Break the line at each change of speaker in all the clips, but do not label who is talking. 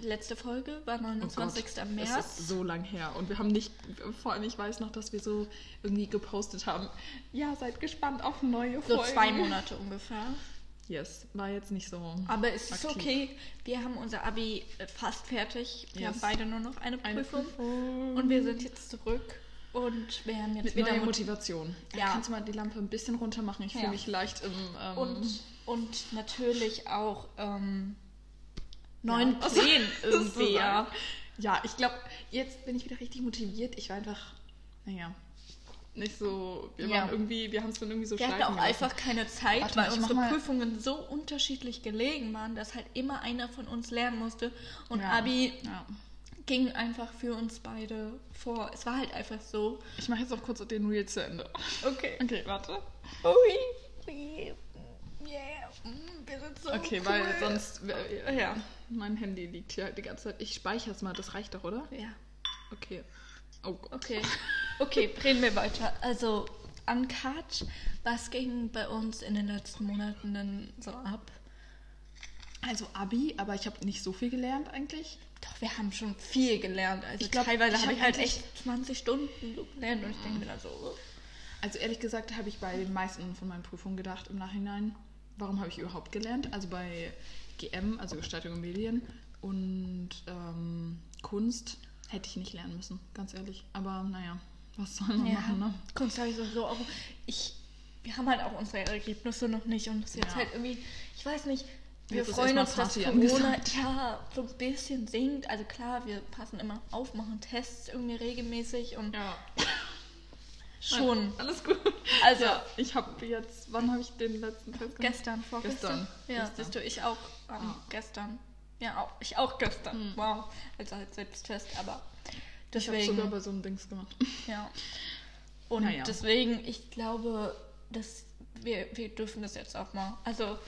letzte Folge war
Oh
29.
Gott, Es
März.
ist so lang her. Und wir haben nicht, vor allem ich weiß noch, dass wir so irgendwie gepostet haben. Ja, seid gespannt auf neue
So
Folgen.
zwei Monate ungefähr.
Yes, war jetzt nicht so.
Aber es ist
Aktiv.
okay. Wir haben unser Abi äh, fast fertig. Wir
Yes.
haben beide nur noch eine
Eine
Prüfung.
Prüfung.
Und wir sind jetzt zurück und wir haben jetzt
mit
wieder
neuer
Mut
Motivation.
Ja.
Kannst du mal die Lampe ein bisschen runter machen? Ich
Ja.
fühle mich leicht im. Ähm,
und, und natürlich auch ähm, 9,
Ja.
10 irgendwie. ja.
Ja, ich glaube, jetzt bin ich wieder richtig motiviert. Ich war einfach, naja, nicht so. Wir
Ja.
waren irgendwie, wir haben es dann irgendwie so
Wir hatten
schleifen
auch
gelassen.
einfach keine Zeit,
Warte mal,
weil
ich mach
unsere
mal-
Prüfungen so unterschiedlich gelegen waren, dass halt immer einer von uns lernen musste. Und
Ja.
Abi
Ja.
ging einfach für uns beide vor. Es war halt einfach so.
Ich mache jetzt auch kurz den Reel zu Ende.
Okay.
Okay, warte.
Ui. Yeah. Mm, Wir sind so
Okay,
cool.
weil sonst. äh, Ja, mein Handy liegt hier halt die ganze Zeit. Ich speichere es mal, das reicht doch, oder?
Ja.
Okay. Oh Gott.
Okay, okay, drehen wir weiter. Also, Uncut, was ging bei uns in den letzten Monaten denn so ab?
Also Abi, aber ich habe nicht so viel gelernt eigentlich.
Doch, wir haben schon viel gelernt. Also,
Ich glaub,
teilweise
ich
habe
hab
ich halt
eigentlich-
echt 20 Stunden so gelernt und ich denke mir dann so, oh,
Also ehrlich gesagt habe ich bei den meisten von meinen Prüfungen gedacht im Nachhinein, warum habe ich überhaupt gelernt? Also bei GM, also Gestaltung und Medien und ähm, Kunst hätte ich nicht lernen müssen, ganz ehrlich. Aber naja, was soll man
ja,
machen, ne?
Kunst habe ich sowieso auch. Ich, wir haben halt auch unsere Ergebnisse noch nicht und das ist jetzt
Ja.
halt irgendwie, ich weiß nicht, wir
Jetzt ist
freuen
erstmal
uns, dass
Party
Corona
angesagt.
ja, so ein bisschen sinkt. Also klar, wir passen immer auf, machen Tests irgendwie regelmäßig und
Ja, also
schon.
Alles gut.
Also-
ja, ich habe jetzt, wann habe ich den letzten Test gemacht?
Gestern, vorgestern.
Gestern.
Ja,
Gestern.
siehst du, ich auch ähm,
Ah.
gestern. Ja, auch, ich auch gestern.
Hm.
Wow. Also halt Selbsttest, aber
Ich habe sogar bei
deswegen.
so einem Dings gemacht.
ja. Und
Naja.
deswegen, ich glaube, dass wir, wir dürfen das jetzt auch mal. Also,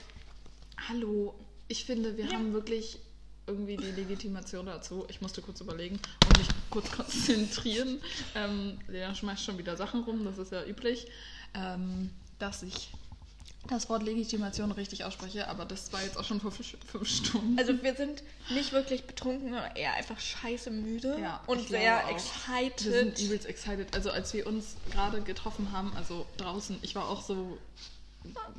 Hallo, ich finde, wir
Ja.
haben wirklich irgendwie die Legitimation dazu. Ich musste kurz überlegen und mich kurz konzentrieren. Ähm, Lena schmeißt schon wieder Sachen rum, das ist ja üblich, ähm, dass ich das Wort Legitimation richtig ausspreche, aber das war jetzt auch schon vor fünf, fünf Stunden.
also wir sind nicht wirklich betrunken, sondern eher einfach scheiße müde
Ja,
und
ich glaube
sehr
auch.
excited.
Wir sind übelst excited. Also als wir uns gerade getroffen haben, also draußen, ich war auch so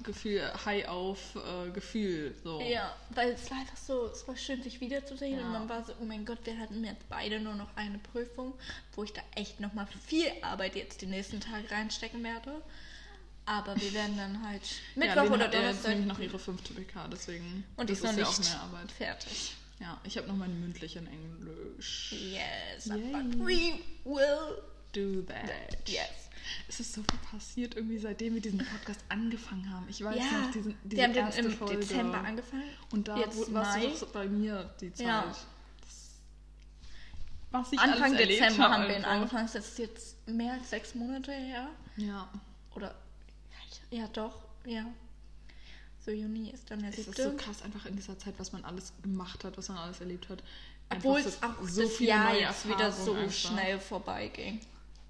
Gefühl high auf äh, Gefühl. So.
Ja, weil es war einfach so, es war schön, sich wiederzusehen.
Ja.
Und man war so, oh mein Gott, wir hatten jetzt beide nur noch eine Prüfung, wo ich da echt nochmal viel Arbeit jetzt den nächsten Tag reinstecken werde. Aber wir werden dann halt Mittwoch
Lena
oder
hat ja jetzt
Donnerstag
nämlich noch ihre fünfte PK, deswegen.
und
das
ich noch
ist
nicht
ja auch mehr Arbeit.
fertig.
Ja, ich habe noch meine mündliche in Englisch.
Yes,
Yay.
but we will
Do that.
yes.
Es ist so viel passiert irgendwie, seitdem wir diesen Podcast angefangen haben. Ich weiß
ja,
noch, diesen, diese
wir haben den
erste
im
Folge.
Dezember angefangen.
Und da
Jetzt
wo- warst
Mai.
du doch bei mir die Zeit.
Ja.
Das- Was ich
Anfang
alles erlebt
Dezember haben
hab
wir ihn
einfach.
angefangen. Das ist jetzt mehr als sechs Monate her.
Ja.
Oder. Ja, doch, ja. So, Juni ist dann der
Es ist
siebte.
so krass einfach in dieser Zeit, was man alles gemacht hat, was man alles erlebt hat. Einfach
Obwohl es auch das
viele
Jahr
neue
jetzt wieder so
Erfahrungen einfach.
schnell vorbeiging.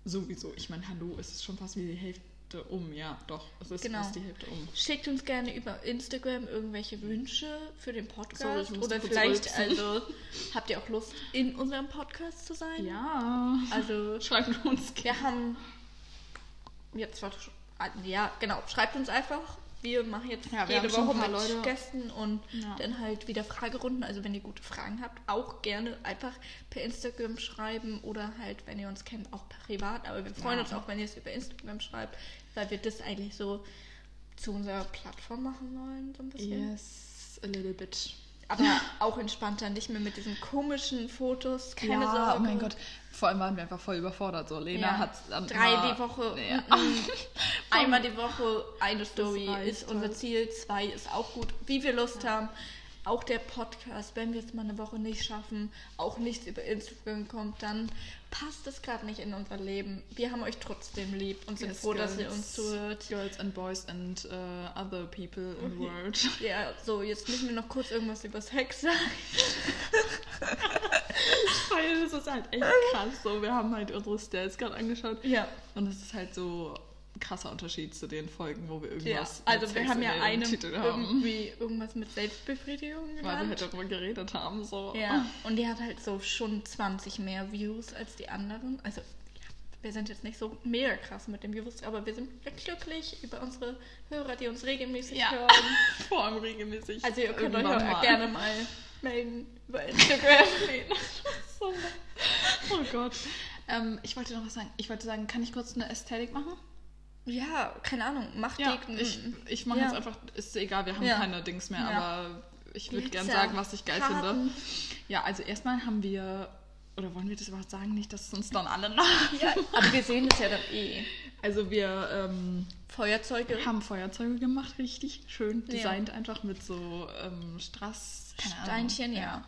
Sowieso, ich meine, hallo, es ist schon fast wie die Hälfte um, ja, doch, es ist
Genau.
fast die Hälfte um.
Schickt uns gerne über Instagram irgendwelche Wünsche für den
Sorry,
Podcast.
ich musste
Oder
kurz
vielleicht,
rülpsen.
also, habt ihr auch Lust, in unserem Podcast zu sein?
Ja,
Also,
schreibt uns gerne.
wir haben jetzt zwar schon- ah, ja, genau, schreibt uns einfach. Wir machen jetzt
Ja, wir
jede
haben schon
Woche
ein paar
mit
Leute.
Gästen und
Ja.
dann halt wieder Fragerunden. Also wenn ihr gute Fragen habt, auch gerne einfach per Instagram schreiben oder halt, wenn ihr uns kennt, auch privat. Aber wir freuen
Ja.
uns auch, wenn ihr es über Instagram schreibt, weil wir das eigentlich so zu unserer Plattform machen wollen, so ein bisschen.
Yes, a little bit.
Aber auch entspannter, nicht mehr mit diesen komischen Fotos. Keine
ja,
Sorge.
oh mein Gott. Vor allem waren wir einfach voll überfordert. So, Lena
Ja.
hat dann
drei
immer-
die Woche.
Ja.
mm, mm. Einmal die Woche eine Story
reicht
ist unser
halt.
Ziel. Zwei ist auch gut, wie wir Lust haben. Auch der Podcast, wenn wir es mal eine Woche nicht schaffen, auch nichts über Instagram kommt, dann passt es gerade nicht in unser Leben. Wir haben euch trotzdem lieb und sind
Yes,
froh, dass ihr
girls.
uns zuhört.
Girls and boys and äh, other people in the world.
Ja, so, jetzt müssen wir noch kurz irgendwas über Sex sagen.
Weil es ist halt echt krass. So, wir haben halt unsere Stats gerade angeschaut.
Ja.
Und es ist halt so krasser Unterschied zu den Folgen, wo wir
Ja,
irgendwas. mit
also wir
Sex
haben
in
ja
den
eine
Titel haben.
irgendwie irgendwas mit Selbstbefriedigung
Weil wir halt
genannt.
darüber geredet haben. So.
Ja, und die hat halt so schon 20 mehr Views als die anderen. Also, ja, wir sind jetzt nicht so mega krass mit dem Views, aber wir sind glücklich über unsere Hörer, die uns regelmäßig
Ja.
hören.
Vor allem regelmäßig.
Also, ihr könnt euch
irgendwann
auch gerne mal melden über Instagram.
So. Oh Gott. Ähm, ich wollte noch was sagen. Ich wollte sagen, kann ich kurz eine Ästhetik machen?
ja, keine Ahnung, macht
Ja,
die.
ich, ich mache
Ja.
jetzt einfach, ist egal, wir haben
Ja.
keine Dings mehr,
Ja.
aber ich würde gern
Glitzer,
sagen, was ich geil
Karten.
finde. Ja, also erstmal haben wir, oder wollen wir das überhaupt sagen, nicht, dass es uns dann alle nach.
Ja, aber wir sehen es ja dann eh.
Also wir ähm,
Feuerzeuge.
haben Feuerzeuge gemacht, richtig schön
Ja.
designt, einfach mit so ähm, Strass, keine Ahnung.
Steinchen, ja.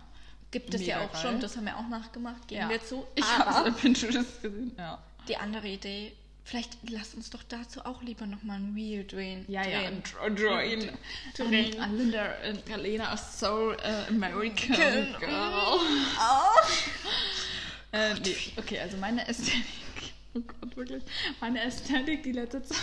Gibt es
Mega
ja auch
geil.
schon, das haben wir auch nachgemacht, geben
Ja.
wir zu.
Ich
aber
habe es Pinterest gesehen, ja.
Die andere Idee, vielleicht lasst uns doch dazu auch lieber nochmal ein Reel drehen.
Ja, ja,
drehen.
ein Dro- Drawing.
Drawing.
Ähm, Alinda und Elena are so äh, American
Genau.
girl.
Oh.
Äh, nee. Okay, also meine Ästhetik. Oh Gott, wirklich. Meine Ästhetik die letzte Zeit.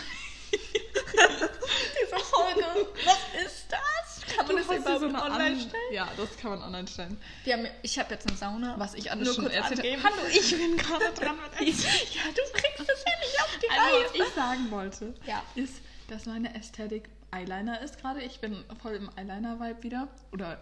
Diese Folge, was ist das? Kann man das
hast dir
überhaupt
so eine
online
An-
stellen?
Ja, das kann man online stellen.
Wir haben, ich habe jetzt eine Sauna.
Was ich alles
Nur
schon
kurz
erzählt habe.
angeben.
Hallo, ich bin gerade dran mit
Ja, du kriegst das ja nicht auf die
Also,
Reihe.
was ich sagen wollte,
Ja.
ist, dass meine Ästhetik Eyeliner ist gerade. Ich bin voll im Eyeliner-Vibe wieder. Oder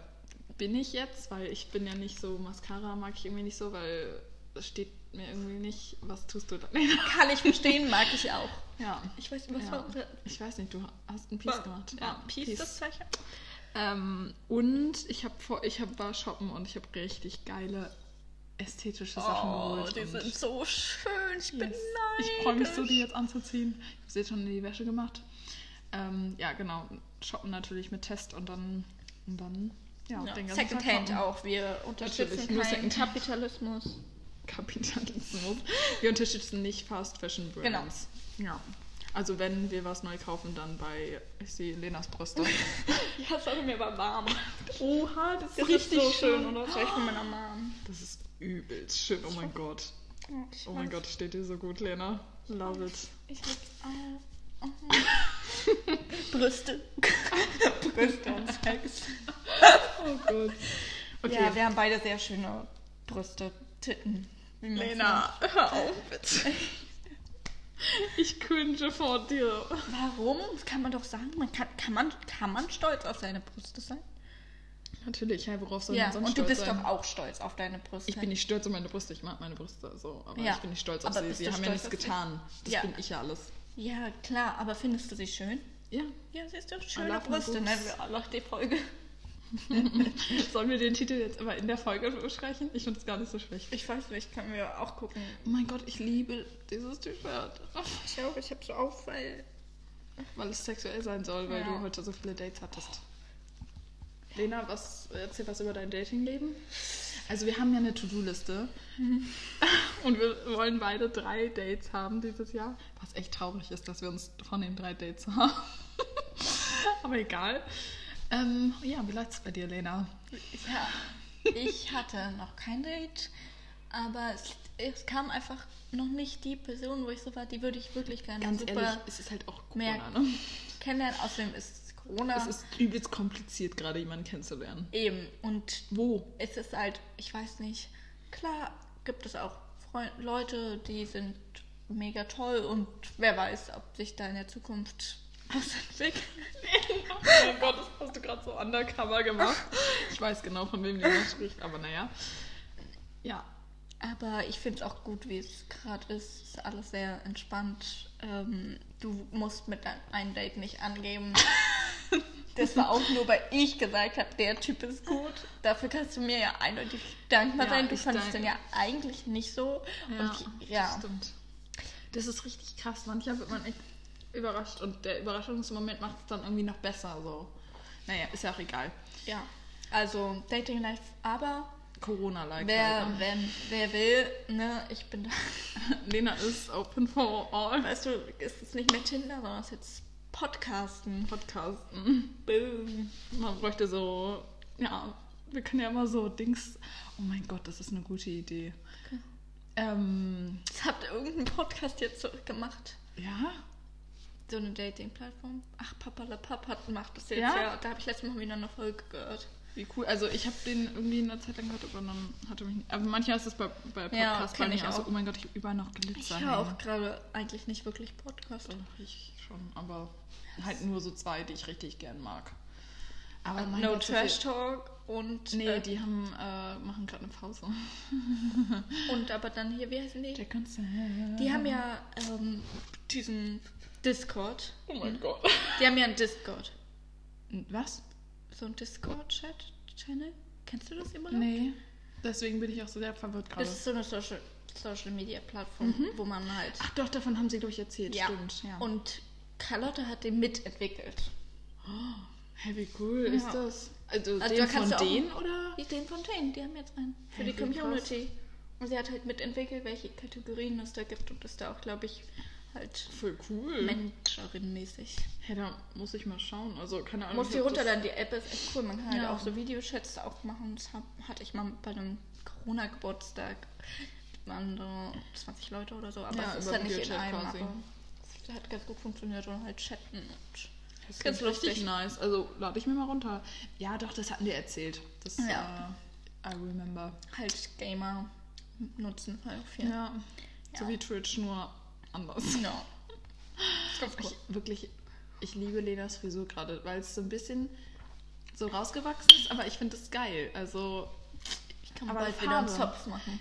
bin ich jetzt, weil ich bin ja nicht so, Mascara mag ich irgendwie nicht so, weil es steht mir irgendwie nicht, was tust du da?
Kann ich verstehen, mag ich auch.
ja.
Ich weiß nicht, was war
ja.
unser...
Ich weiß nicht, du hast ein Piece gemacht.
Ja, Peace, das Zeichen.
Ähm, und ich habe vor, ich hab, war shoppen und ich habe richtig geile ästhetische Sachen
Oh,
geholt.
die
und
sind so schön. Ich bin
yes.
neidisch.
Ich freue mich so, die jetzt anzuziehen. Ich habe sie jetzt schon in die Wäsche gemacht. Ähm, ja, genau. Shoppen natürlich mit Test und dann, und dann ja,
Ja.
den ganzen Tag
Secondhand
shoppen.
auch. Wir unterstützen
Natürlich, nur
keinen
Secondhand.
Kapitalismus.
Kapitalismus. Wir unterstützen nicht Fast Fashion Brands. Genau. Ja. Also wenn wir was neu kaufen, dann bei, ich sehe Lenas Brüste.
Ja, es war mir aber warm.
Oha, das
oder? Das war ich von meiner Mom.
Das ist übelst schön, oh mein Gott. Oh mein Gott, steht dir so gut, Lena. Love it.
Ich leg auf. Brüste. Brüste und Sex.
Oh Gott. Okay,
Ja, wir haben beide sehr schöne Brüste, Titten. wie man
Lena, hör auf bitte. Ich cringe vor dir.
sagt. Warum? Das kann man doch sagen. Man kann, kann, man, kann man stolz auf seine Brüste sein?
Natürlich, hey, worauf soll
ja,
man sonst
und du
stolz
bist
sein?
doch auch stolz auf deine Brüste.
Ich bin nicht stolz auf meine Brüste, ich mag meine Brüste so, aber
Ja.
ich bin nicht stolz auf
Aber
sie.
bist
Sie
du
haben mir
stolz
nichts
auf sie?
getan. Das
Ja.
bin ich ja alles.
ja, klar, aber findest du sie schön?
Ja.
Ja, siehst du, schöne
love my
Brüste.
boobs.
Ne? Wir alle die Folge.
Sollen wir den Titel jetzt aber in der Folge besprechen? Ich finde es gar nicht so schlecht.
Ich weiß nicht, können wir auch gucken.
Oh mein Gott, ich liebe dieses T-Shirt.
Ich glaube, ich habe so auf, weil
Weil es sexuell sein soll, weil
Ja.
du heute so viele Dates hattest. Lena, was, erzähl was über dein Datingleben. Also wir haben ja eine To-Do-Liste und wir wollen beide drei Dates haben dieses Jahr. Was echt traurig ist, dass wir uns von den drei Dates haben. Aber egal. Ähm, ja, wie läuft's bei dir, Lena?
Ja, ich hatte noch kein Date, aber es, es kam einfach noch nicht die Person, wo ich so war, die würde ich wirklich gerne
Ganz
super
ehrlich, es ist halt auch Corona,
merken.
ne?
kennenlernen. Außerdem ist es Corona
Es ist übelst kompliziert, gerade jemanden kennenzulernen.
eben und
Wo?
es ist halt, ich weiß nicht, klar gibt es auch Freund Leute, die sind mega toll und wer weiß, ob sich da in der Zukunft was entwickelt.
Oh mein Gott, das hast du gerade so undercover gemacht. Ich weiß genau, von wem Lena spricht, aber naja. Ja.
Aber ich finde es auch gut, wie es gerade ist. Es ist alles sehr entspannt. Ähm, du musst mit ein- einem Date nicht angeben. Das war auch nur, weil ich gesagt habe, der Typ ist gut. Dafür kannst du mir ja eindeutig dankbar
Ja,
sein. Du
ich
fandest
danke.
den ja eigentlich nicht so. und ich, ja.
stimmt. Das ist richtig krass. Manchmal wird man echt überrascht und der Überraschungsmoment macht es dann irgendwie noch besser. So. Naja, ist ja auch egal.
ja. Also Dating Life, aber
Corona-like.
wer,
halt, ne?
wenn, wer will, ne, ich bin da.
Lena ist open for all
Weißt du, es ist nicht mehr Tinder, sondern es ist jetzt Podcasten.
Podcasten.
Boom.
Man bräuchte so, ja, wir können ja immer so Dings. Oh mein Gott, das ist eine gute Idee. Ähm,
Das habt ihr irgendeinen Podcast jetzt so gemacht.
ja,
So eine Dating-Plattform. Ach, Papa La Papp hat macht das jetzt.
Ja?
Ja, da habe ich letztes Mal wieder eine Folge gehört.
Wie cool. Also ich habe den irgendwie in der Zeit lang gehört, aber dann hatte mich nicht. Aber manchmal ist das bei, bei
Ja,
Podcasts bei
kenn
mir
ich
auch so,
auch.
oh mein Gott, ich habe überall noch
Ich
Glitzer.
höre
hängen.
auch gerade eigentlich nicht wirklich Podcast. Oh
Doch, ich schon, aber halt nur so zwei, die ich richtig gern mag. Aber mein
no
Gott, so
Trash
viel-
Talk und.
Nee,
äh,
die haben, äh, machen gerade eine Pause.
Und aber dann hier, wie heißen die?
Jack und Sam.
Die haben ja ähm, diesen Discord.
Oh mein Gott.
Die haben ja einen Discord.
Was?
So einen Discord-Chat-Channel. Kennst du das immer noch?
Nee. Deswegen bin ich auch so sehr verwirrt gerade.
Das ist so eine Social, Social Media Plattform, wo man halt.
Ach doch, davon haben sie, glaube ich, erzählt. Stimmt, ja.
Und Carlotta hat den mitentwickelt.
hey, wie cool ist
Ja.
das? Also,
Also,
den
da kannst
von
du auch-
denen oder?
Die den von denen, die haben jetzt einen. Für
Hey,
die
wie krass.
Community. Und sie hat halt mitentwickelt, welche Kategorien es da gibt und ist da auch, glaube ich, halt
Voll cool.
Managerin-mäßig.
Hey, da muss ich mal schauen. Also, keine Ahnung.
Muss
ich
die
hab das-
runterladen, die App ist echt cool. Man kann
Ja.
halt auch so Videochats auch machen. Das hab, hatte ich mal bei einem Corona-Geburtstag. Das waren so 20 Leute oder so, aber
Ja,
es ist
über
halt nicht in
Videochat
einem.
quasi.
Aber es hat ganz gut funktioniert und halt chatten und
Das
Ganz
ist richtig
lustig.
nice. Also lade ich mir mal runter. Ja, doch, das hatten wir erzählt. Das,
Ja.
äh, I remember.
halt Gamer nutzen halt viel. Genau.
Ja.
Ja.
So
Ja.
wie Twitch, nur anders.
ja. Ganz cool.
Ich, wirklich, ich liebe Lenas Frisur gerade, weil es so ein bisschen so rausgewachsen ist, aber ich finde es geil. Also
Ich kann
Aber
bald
Farbe.
wieder einen Zopf machen.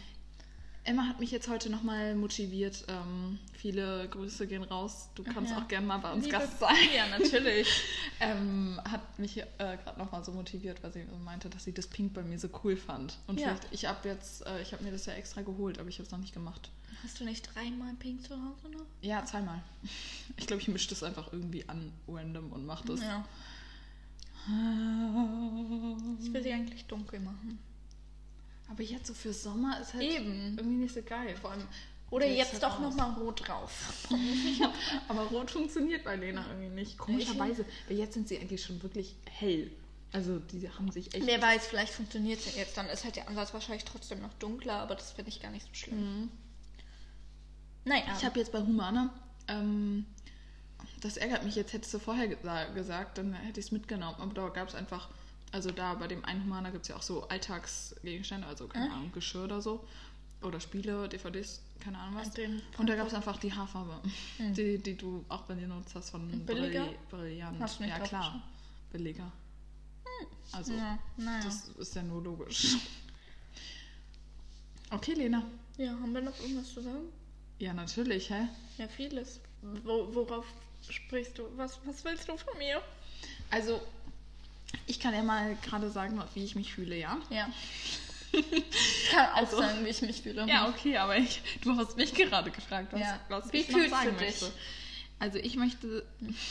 Emma hat mich jetzt heute nochmal motiviert. Ähm, viele Grüße gehen raus. Du kannst
Ja.
auch gerne mal bei uns
Liebe
Gast sein.
Ja, natürlich.
Ähm, hat mich äh, gerade nochmal so motiviert, weil sie so meinte, dass sie das Pink bei mir so cool fand. Und
Ja.
vielleicht, ich habe jetzt, äh, ich habe mir das ja extra geholt, aber ich habe es noch nicht gemacht.
Hast du nicht dreimal Pink zu Hause noch?
Ja, zweimal. Ich glaube, ich mische das einfach irgendwie an random und mache das. Ah.
ja. Ich will sie eigentlich dunkel machen.
Aber jetzt so für Sommer ist halt
Eben.
irgendwie nicht so geil. Vor allem.
Oder
sieht's
jetzt
halt
doch
aus.
nochmal rot drauf.
Aber rot funktioniert bei Lena irgendwie nicht. Komischerweise. Weil jetzt sind sie eigentlich schon wirklich hell. Also die haben sich echt.
Wer weiß, vielleicht funktioniert es ja jetzt. Dann ist halt der Ansatz wahrscheinlich trotzdem noch dunkler, aber das finde ich gar nicht so schlimm.
Mhm.
Naja.
Ich habe jetzt bei Humana, ähm, das ärgert mich, jetzt hättest du vorher gesa gesagt, dann hätte ich es mitgenommen. Aber da gab es einfach, also da bei dem einen Humana gibt es ja auch so Alltagsgegenstände, also keine Ahnung, Geschirr oder so. Oder Spiele, DVDs, keine Ahnung was.
Und den-
Und da gab es einfach die Haarfarbe, die, die du auch bei dir nutzt hast von
Hm. billiger?
Brill- Brillant.
Hast du nicht
ja,
drauf
klar.
geschaut? Hm.
Billiger. Also,
ja, naja.
das ist ja nur logisch. Okay, Lena.
Ja, haben wir noch irgendwas zu sagen?
Ja, natürlich, hä?
Ja, vieles. Wo, worauf sprichst du? Was, was willst du von mir?
Also, ich kann ja mal gerade sagen, wie ich mich fühle, ja?
Ja. Kann auch
Also-
sein, wie ich mich fühle.
okay, aber ich, du hast mich gerade gefragt,
Ja.
wie
Wie
ich noch
fühlst
sagen
du dich?
möchte. Also, ich möchte.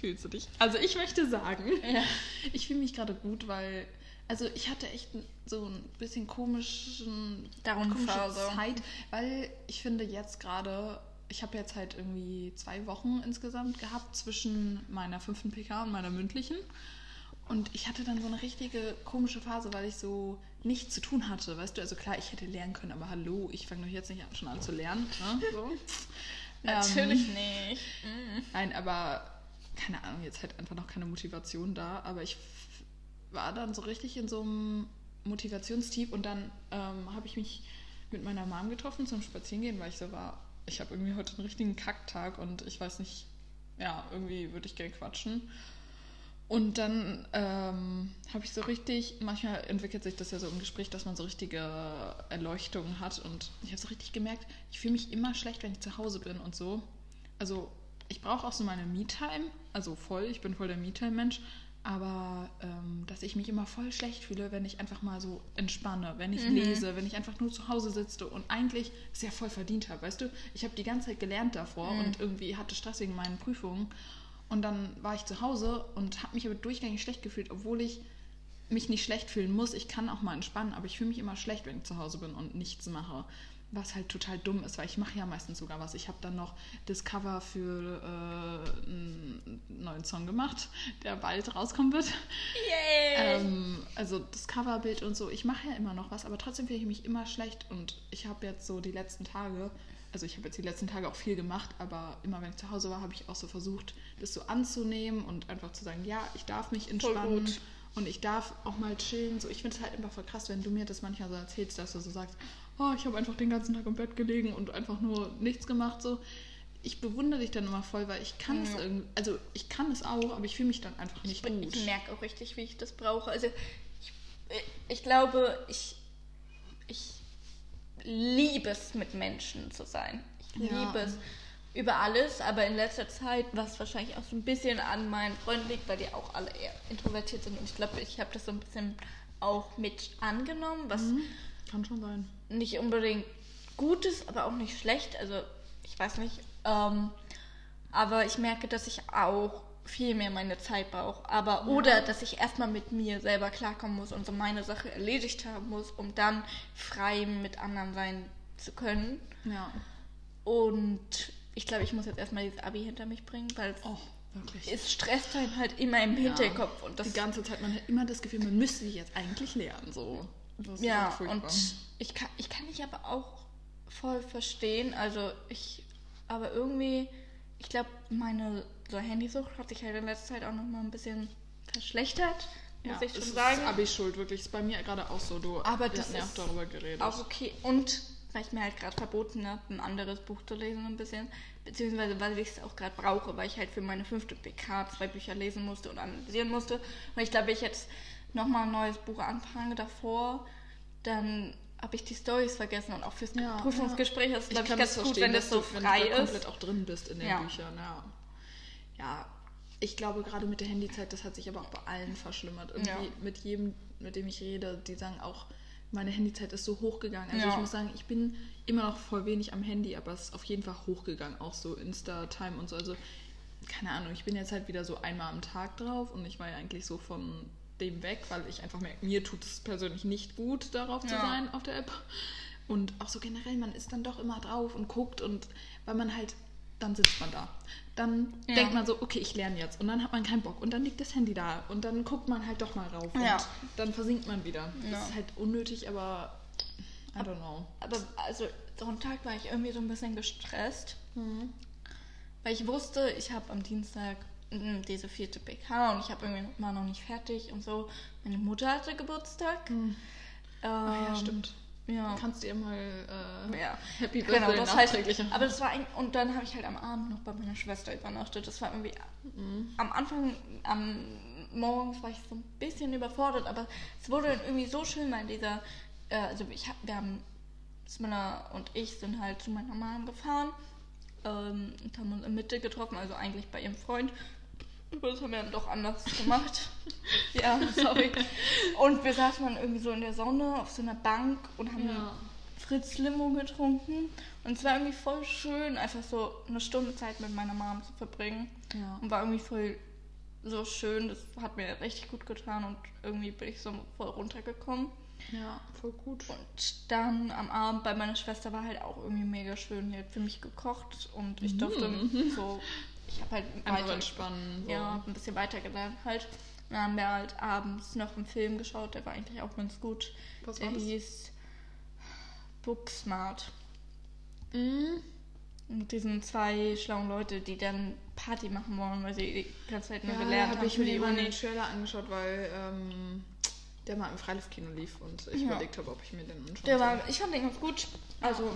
Fühlst du dich? Also, ich möchte sagen,
Ja.
ich fühle mich gerade gut, weil. Also, ich hatte echt so ein bisschen komischen.
Darum
komische
Phase.
Zeit, weil ich finde jetzt gerade. Ich habe jetzt halt irgendwie zwei Wochen insgesamt gehabt zwischen meiner fünften PK und meiner mündlichen. Und ich hatte dann so eine richtige komische Phase, weil ich so nichts zu tun hatte, weißt du? Also klar, ich hätte lernen können, aber hallo, ich fange doch jetzt nicht an, schon an zu lernen. Ne? So. Ähm.
Natürlich nicht. Mhm.
Nein, aber keine Ahnung, jetzt halt einfach noch keine Motivation da. Aber ich f- war dann so richtig in so einem Motivationstief und dann ähm, habe ich mich mit meiner Mom getroffen zum Spazierengehen, weil ich so war, ich habe irgendwie heute einen richtigen Kacktag und ich weiß nicht, ja, irgendwie würde ich gern quatschen. Und dann ähm, habe ich so richtig, manchmal entwickelt sich das ja so im Gespräch, dass man so richtige Erleuchtungen hat. Und ich habe so richtig gemerkt, ich fühle mich immer schlecht, wenn ich zu Hause bin und so. Also ich brauche auch so meine Me-Time, also voll, ich bin voll der Me-Time-Mensch. Aber ähm, dass ich mich immer voll schlecht fühle, wenn ich einfach mal so entspanne, wenn ich
Mhm.
lese, wenn ich einfach nur zu Hause sitze und eigentlich es ja voll verdient habe, weißt du? Ich habe die ganze Zeit gelernt davor
Mhm.
und irgendwie hatte Stress wegen meinen Prüfungen. Und dann war ich zu Hause und habe mich aber durchgängig schlecht gefühlt, obwohl ich mich nicht schlecht fühlen muss. Ich kann auch mal entspannen, aber ich fühle mich immer schlecht, wenn ich zu Hause bin und nichts mache. was halt total dumm ist, weil ich mache ja meistens sogar was. Ich habe dann noch das Cover für äh, einen neuen Song gemacht, der bald rauskommen wird.
Yay!
Ähm, also das Coverbild und so. Ich mache ja immer noch was, aber trotzdem fühle ich mich immer schlecht und ich habe jetzt so die letzten Tage, also ich habe jetzt die letzten Tage auch viel gemacht, aber immer wenn ich zu Hause war, habe ich auch so versucht, das so anzunehmen und einfach zu sagen, ja, ich darf mich entspannen.
gut.
Und ich darf auch mal chillen. So, ich finde es halt einfach voll krass, wenn du mir das manchmal so erzählst, dass du so sagst, oh, ich habe einfach den ganzen Tag im Bett gelegen und einfach nur nichts gemacht. So, ich bewundere dich dann immer voll, weil ich kann es
Ja.
irgendwie, also ich kann es auch, aber ich fühle mich dann einfach
ich
nicht
bin,
gut.
ich merke auch richtig, wie ich das brauche. Also ich, äh, ich glaube, ich, ich liebe es, mit Menschen zu sein. Ich
Ja.
liebe es über alles, aber in letzter Zeit, was wahrscheinlich auch so ein bisschen an meinen Freunden liegt, weil die auch alle eher introvertiert sind. Und ich glaube, ich habe das so ein bisschen auch mit angenommen, was
Kann schon sein.
nicht unbedingt Gutes, aber auch nicht schlecht. Also ich weiß nicht. Ähm, aber ich merke, dass ich auch viel mehr meine Zeit brauche. Aber oder dass ich erstmal mit mir selber klarkommen muss und so meine Sache erledigt haben muss, um dann frei mit anderen sein zu können.
Ja.
Und ich glaube, ich muss jetzt erstmal dieses Abi hinter mich bringen, weil es
Oh, wirklich.
es stresst einen halt immer im Hinterkopf und das
die ganze Zeit, man hat immer das Gefühl, man müsste jetzt eigentlich lernen. So. Das ist
Ja,
echt furchtbar.
und ich kann, ich kann dich aber auch voll verstehen. Also ich, aber irgendwie, ich glaube, meine so Handysucht hat sich halt in letzter Zeit auch nochmal ein bisschen verschlechtert, muss
ja,
ich schon
es
sagen.
Ist Abi schuld, wirklich. Ist bei mir gerade auch so. Du,
Aber
wir
das
hatten ja auch
ist
darüber geredet.
Auch okay. Und weil ich mir halt gerade verboten habe, ein anderes Buch zu lesen ein bisschen. Beziehungsweise weil ich es auch gerade brauche, weil ich halt für meine fünfte PK zwei Bücher lesen musste und analysieren musste. Und ich glaube, ich jetzt nochmal ein neues Buch anfange davor, dann habe ich die Stories vergessen und auch fürs
Ja,
Prüfungsgespräch ist es, glaube ich,
kann
ganz
das
gut,
verstehen,
wenn das so
dass du-
frei
wenn du da
ist.
komplett auch drin bist in den
Ja.
Büchern, ja. Ja, ich glaube gerade mit der Handyzeit, das hat sich aber auch bei allen verschlimmert. Irgendwie
Ja.
mit jedem, mit dem ich rede, die sagen auch, meine Handyzeit ist so hochgegangen. Also
Ja.
ich muss sagen, ich bin immer noch voll wenig am Handy, aber es ist auf jeden Fall hochgegangen, auch so Insta-Time und so. Also keine Ahnung, ich bin jetzt halt wieder so einmal am Tag drauf und ich war ja eigentlich so von dem weg, weil ich einfach merke, mir tut es persönlich nicht gut, darauf zu
Ja.
sein auf der App. Und auch so generell, man ist dann doch immer drauf und guckt und weil man halt, dann sitzt man da. Dann
Ja.
denkt man so, okay, ich lerne jetzt. Und dann hat man keinen Bock. Und dann liegt das Handy da. Und dann guckt man halt doch mal rauf.
Ja.
Und dann versinkt man wieder.
Ja.
Das ist halt unnötig, aber I don't know.
Aber also Sonntag war ich irgendwie so ein bisschen gestresst,
Mhm.
weil ich wusste, ich habe am Dienstag mm, diese vierte PK und ich habe irgendwie immer noch nicht fertig und so. Meine Mutter hatte Geburtstag.
Mhm. Ach ja,
Hm. Ähm,
stimmt.
Ja.
Kannst du ihr mal äh,
ja.
Happy Birthday
Genau, das heißt,
nachträglich
aber das war ein, und dann habe ich halt am Abend noch bei meiner Schwester übernachtet. Das war irgendwie
Mhm.
am Anfang, am Morgens war ich so ein bisschen überfordert, aber es wurde dann irgendwie so schön, weil dieser, äh, also ich hab, wir haben, Smilla und ich sind halt zu meiner Mom gefahren ähm, und haben uns in Mitte getroffen, also eigentlich bei ihrem Freund. Aber das haben wir dann doch anders gemacht. ja, sorry. Und wir saßen dann irgendwie so in der Sonne auf so einer Bank und haben
Ja.
Fritz Limo getrunken. Und es war irgendwie voll schön, einfach so eine Stunde Zeit mit meiner Mom zu verbringen.
Ja.
Und war irgendwie voll so schön. Das hat mir richtig gut getan und irgendwie bin ich so voll runtergekommen.
ja, voll gut.
Und dann am Abend bei meiner Schwester war halt auch irgendwie mega schön. Die hat für mich gekocht und ich durfte
Mhm.
so. Ich habe halt
Einfach
weiter,
entspannen. So.
ja, ein bisschen weiter gelernt halt. Und dann haben wir halt abends noch einen Film geschaut, der war eigentlich auch ganz gut.
Was
der
war das?
hieß Booksmart.
Mhm.
Mit diesen zwei schlauen Leute, die dann Party machen wollen, weil sie die ganze Zeit nur gelernt
habe
haben
ich mir
für
die den Trailer angeschaut, weil ähm, der mal im Freiluftkino lief und ich
Ja.
überlegt habe, ob ich mir den anschaue.
Der war, ich fand den ganz gut. Also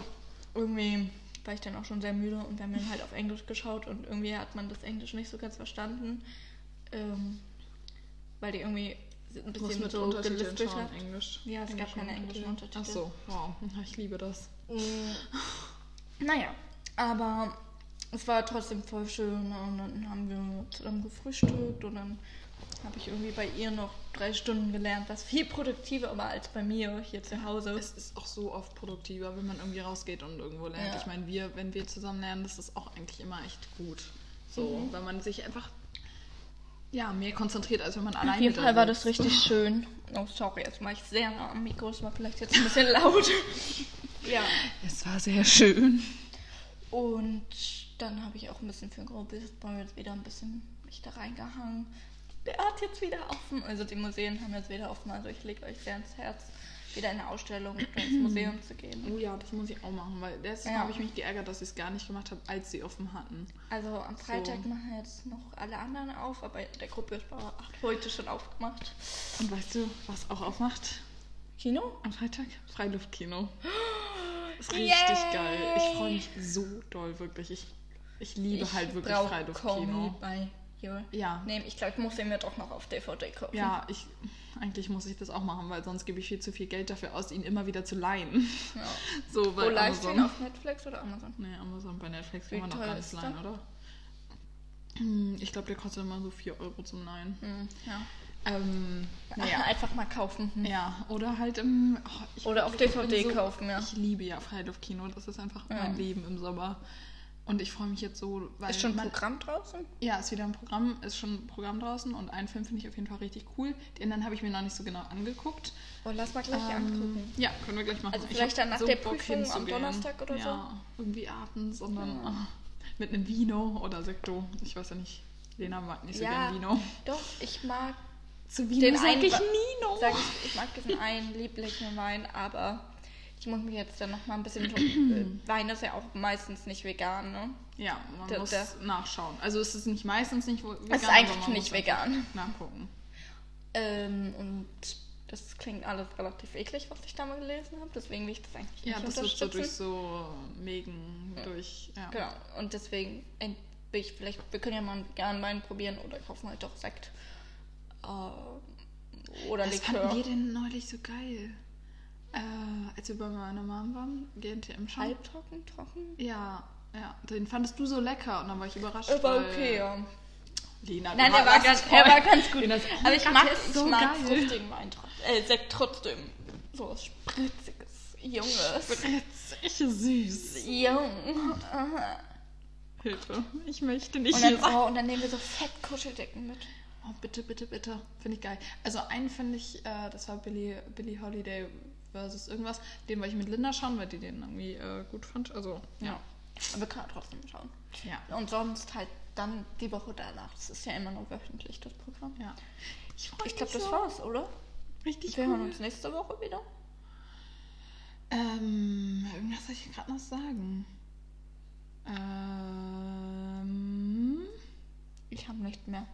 irgendwie war ich dann auch schon sehr müde und wir haben den halt auf Englisch geschaut und irgendwie hat man das Englisch nicht so ganz verstanden. Ähm, weil die irgendwie ein
muss
bisschen
mit
so
Untertiteln
gelispelt
schauen,
hat.
Englisch.
Ja, es gab
Englisch und
keine englischen Untertitel.
Ach so, wow, ich liebe das.
Mm, Naja, aber es war trotzdem voll schön und dann haben wir zusammen gefrühstückt und dann habe ich irgendwie bei ihr noch drei Stunden gelernt, was viel produktiver war als bei mir hier zu Hause.
Es ist auch so oft produktiver, wenn man irgendwie rausgeht und irgendwo lernt.
Ja.
Ich meine, wir, wenn wir zusammen lernen, das ist auch eigentlich immer echt gut. So,
Mhm.
weil man sich einfach ja, mehr konzentriert, als wenn man alleine
Auf jeden
da
Fall war das
sitzt.
richtig schön. Oh, sorry, jetzt war ich sehr nah am Mikro, es war vielleicht jetzt ein bisschen laut. Ja.
Es war sehr schön.
Und dann habe ich auch ein bisschen für Grobius Bäume jetzt wieder ein bisschen mich da reingehangen. Der hat jetzt wieder offen. Also die Museen haben jetzt wieder offen. Also ich lege euch sehr ans Herz, wieder in eine Ausstellung oder ins Museum zu gehen.
Oh ja, das muss ich auch machen, weil letztes
Ja.
Mal habe ich mich geärgert, dass ich es gar nicht gemacht habe, als sie offen hatten.
Also am Freitag
So.
machen jetzt noch alle anderen auf, aber der Grobius Bau hat heute schon aufgemacht.
Und weißt du, was auch aufmacht
Kino?
am Freitag? Freiluftkino. Ist
Yay!
richtig geil. Ich freue mich so doll, wirklich. Ich, ich liebe halt wirklich
brauch Call Me
Freiluftkino.
by Your
Ja.
Name. Ich glaube, ich muss den mir doch noch auf DVD kaufen.
Ja, ich, eigentlich muss ich das auch machen, weil sonst gebe ich viel zu viel Geld dafür aus, ihn immer wieder zu leihen.
Ja.
So,
Wo
bei
live den
Amazon.
auf Netflix oder Amazon?
Nee, Amazon bei Netflix
Wie
kann man noch
teuer
gar nicht
ist
leihen,
der?
oder? Hm, Ich glaube, der kostet immer so 4 Euro zum Leihen.
Hm, ja.
Ähm,
Ach,
naja.
Einfach mal kaufen. Hm.
Ja, oder halt im. oh, ich
Oder auf DVD
bin
kaufen, ja.
Ich liebe ja Freiluftkino, das ist einfach
Ja.
mein Leben im Sommer. Und ich freue mich jetzt so, weil.
Ist schon ein
man,
Programm draußen?
Ja, ist wieder ein Programm, ist schon ein Programm draußen und einen Film finde ich auf jeden Fall richtig cool. Den anderen habe ich mir noch nicht so genau angeguckt.
Oh, lass mal gleich
Ähm,
angucken.
Ja, können wir gleich machen.
Also
Ich
vielleicht
hab
dann nach der
Bock
Prüfung am
hinzugehen.
Donnerstag oder so?
Ja, irgendwie abends und dann ah, mit einem Vino oder Sekto. Ich weiß ja nicht. Lena mag nicht so
Ja.
gern Vino.
Doch, ich mag,
Zu Vino
Den
sag
einen
ich
Wa-
Nino.
sag ich, ich mag diesen einen lieblichen Wein, aber ich muss mich jetzt dann nochmal ein bisschen. drum- äh, Wein ist ja auch meistens nicht vegan, ne?
Ja, man
Da-
muss
da-
nachschauen. Also es ist nicht meistens nicht wo- vegan.
ist
aber
eigentlich
man
nicht
muss halt
vegan.
Nachgucken.
Ähm, und das klingt alles relativ eklig, was ich da mal gelesen habe. Deswegen will ich das eigentlich
Ja,
nicht
das wird so
unterstützen.
durch so Mägen, durch. Ja.
Genau, und deswegen ent- bin ich vielleicht, wir können ja mal einen veganen Wein probieren oder kaufen halt doch Sekt. Äh, oder
Was fanden wir
Likör.
denn neulich so geil? Äh, als wir bei meiner Mom waren, GNTM schon.
Halbtrocken, trocken?
Ja, ja. Den fandest du so lecker und dann war ich überrascht.
Aber
weil-
okay, ja.
Lena,
Nein,
du
er war,
warst
ganz,
voll-
er war ganz gut.
Lena,
Aber ich mag es,
so
ich mag
geil.
fruchtigen Wein trotzdem. Äh, Sekt trotzdem. So was Spritziges, Junges.
Spritzig süß.
Jung. Aha.
Hilfe, ich möchte nicht
Und
hier
dann,
sein.
oh, und dann nehmen wir so Fettkuscheldecken mit.
Oh, bitte, bitte, bitte. Finde ich geil. Also einen finde ich, äh, das war Billie, Billie Holiday versus irgendwas. Den wollte ich mit Linda schauen, weil die den irgendwie äh, gut fand. Also, ja.
Aber wir können ja trotzdem schauen.
Ja.
Und sonst halt dann die Woche danach. Das ist ja immer noch wöchentlich, das Programm.
ja. Ich, freu
Ich
mich
glaube, das
so.
war's, oder?
richtig
Wir
cool.
hören uns nächste Woche wieder.
Ähm, irgendwas soll ich gerade noch sagen. Ähm,
Ich habe nicht mehr.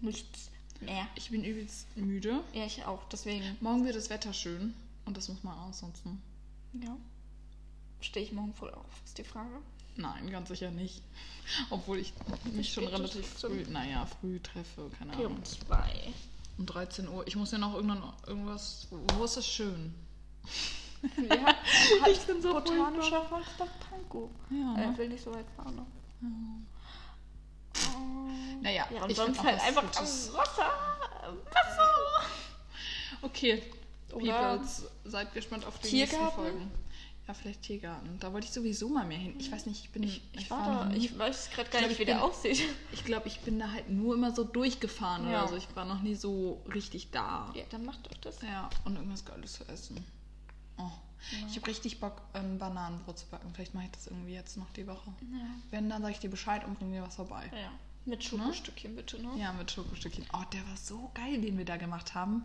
Nichts mehr.
ich bin übelst müde.
Ja, ich auch, deswegen.
Morgen wird das Wetter schön und das muss man ausnutzen.
Ja. Stehe ich morgen früh auf, ist die Frage.
Nein, ganz sicher nicht. Obwohl ich mich
Wie
schon
spät ist
relativ
es
früh,
denn?
naja, früh treffe, keine
Vier
Ahnung.
um zwei.
Um 13 Uhr. Ich muss ja noch irgendwann irgendwas. Wo ist es schön?
Ja,
Ich bin so
botanischer Volkspark Pankow.
Ja,
Äh,
ne?
will nicht so weit fahren. Ne? Oh.
Naja,
Ja, und
ich
sonst
find auch
halt
was
einfach
Gutes.
am Wasser. Wasser.
Okay.
Oder-
Peoples, seid gespannt auf die nächsten
Tiergarten?
Folgen. Ja, vielleicht Tiergarten. Da wollte ich sowieso mal mehr hin. Ich weiß nicht, ich bin.
Ich, ich war
noch
da,
nie-
ich weiß gerade
Ich
gar
glaub,
nicht,
ich
wie der
bin-
aussieht.
Ich glaube, ich bin da halt nur immer so durchgefahren
Ja.
oder so. Ich war noch nie so richtig da.
Ja, dann macht doch das.
Ja, und irgendwas Geiles zu essen. Oh. Ich habe richtig Bock, ähm, Bananenbrot zu backen. Vielleicht mache ich das irgendwie jetzt noch die Woche. Wenn, dann sage ich dir Bescheid und bring dir was vorbei.
Mhm. Ja. Mit Schokostückchen bitte, ne?
Ja, mit Schokostückchen. Oh, der war so geil, den wir da gemacht haben.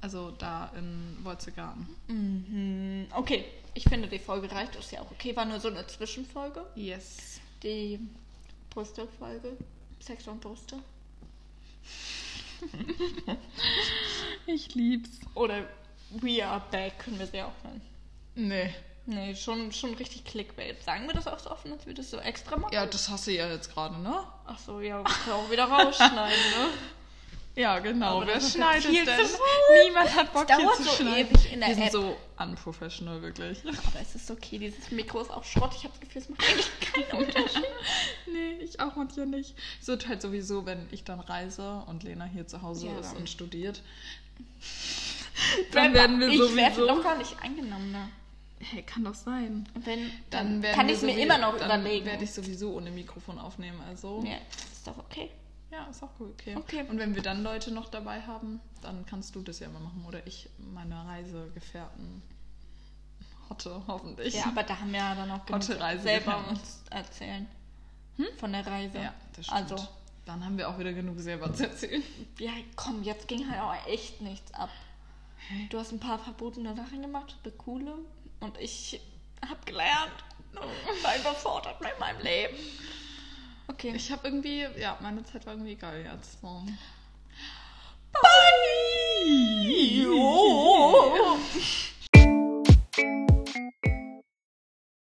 Also da in Wolzegarten.
Mhm. Okay, ich finde, die Folge reicht. Ist ja auch okay. War nur so eine Zwischenfolge.
Yes.
Die Brüste-Folge. Sex und Brüste.
Ich lieb's.
Oder We Are Back können wir sie auch nennen.
Nee.
Nee, schon, schon richtig Clickbait. Sagen wir das auch so offen, als wir das so extra machen?
Ja, das hast du ja jetzt gerade, ne?
Ach so, ja, wir können auch wieder rausschneiden, ne?
Ja, genau.
Aber
Wer
das ist
schneidet
viel
denn?
zu
Niemand hat Bock,
Es
hier
dauert
zu
so
schneiden.
ewig in der
wir sind
App.
so unprofessional, wirklich.
Aber es ist okay, dieses Mikro ist auch Schrott. Ich habe das Gefühl, es macht eigentlich keinen Unterschied.
Nee, ich auch manchmal nicht. Es wird halt sowieso, wenn ich dann reise und Lena hier zu Hause
Ja,
ist
dann-
und studiert, dann werden wir
ich werde
sowieso...
doch gar nicht eingenommen, ne?
Hey, kann doch sein.
Wenn,
Dann werden
kann
wir
ich mir
sowie-
immer noch
dann
überlegen.
werde ich sowieso ohne Mikrofon aufnehmen, also...
ja, ist doch okay.
Ja, ist auch gut, okay.
Okay.
Und wenn wir dann Leute noch dabei haben, dann kannst du das ja immer machen oder ich meine Reisegefährten. Hotte, hoffentlich.
Ja, aber da haben wir ja dann auch genug
Hotte Reise
selber
gehabt.
uns erzählen. Von der Reise.
Ja, das stimmt.
Also,
Dann haben wir auch wieder genug selber zu erzählen.
ja, komm, jetzt ging halt auch echt nichts ab. Du hast ein paar verbotene Sachen gemacht, coole. Und ich hab gelernt. Ich war überfordert mit meinem Leben. Okay.
Ich habe irgendwie, ja, meine Zeit war irgendwie geil jetzt. So.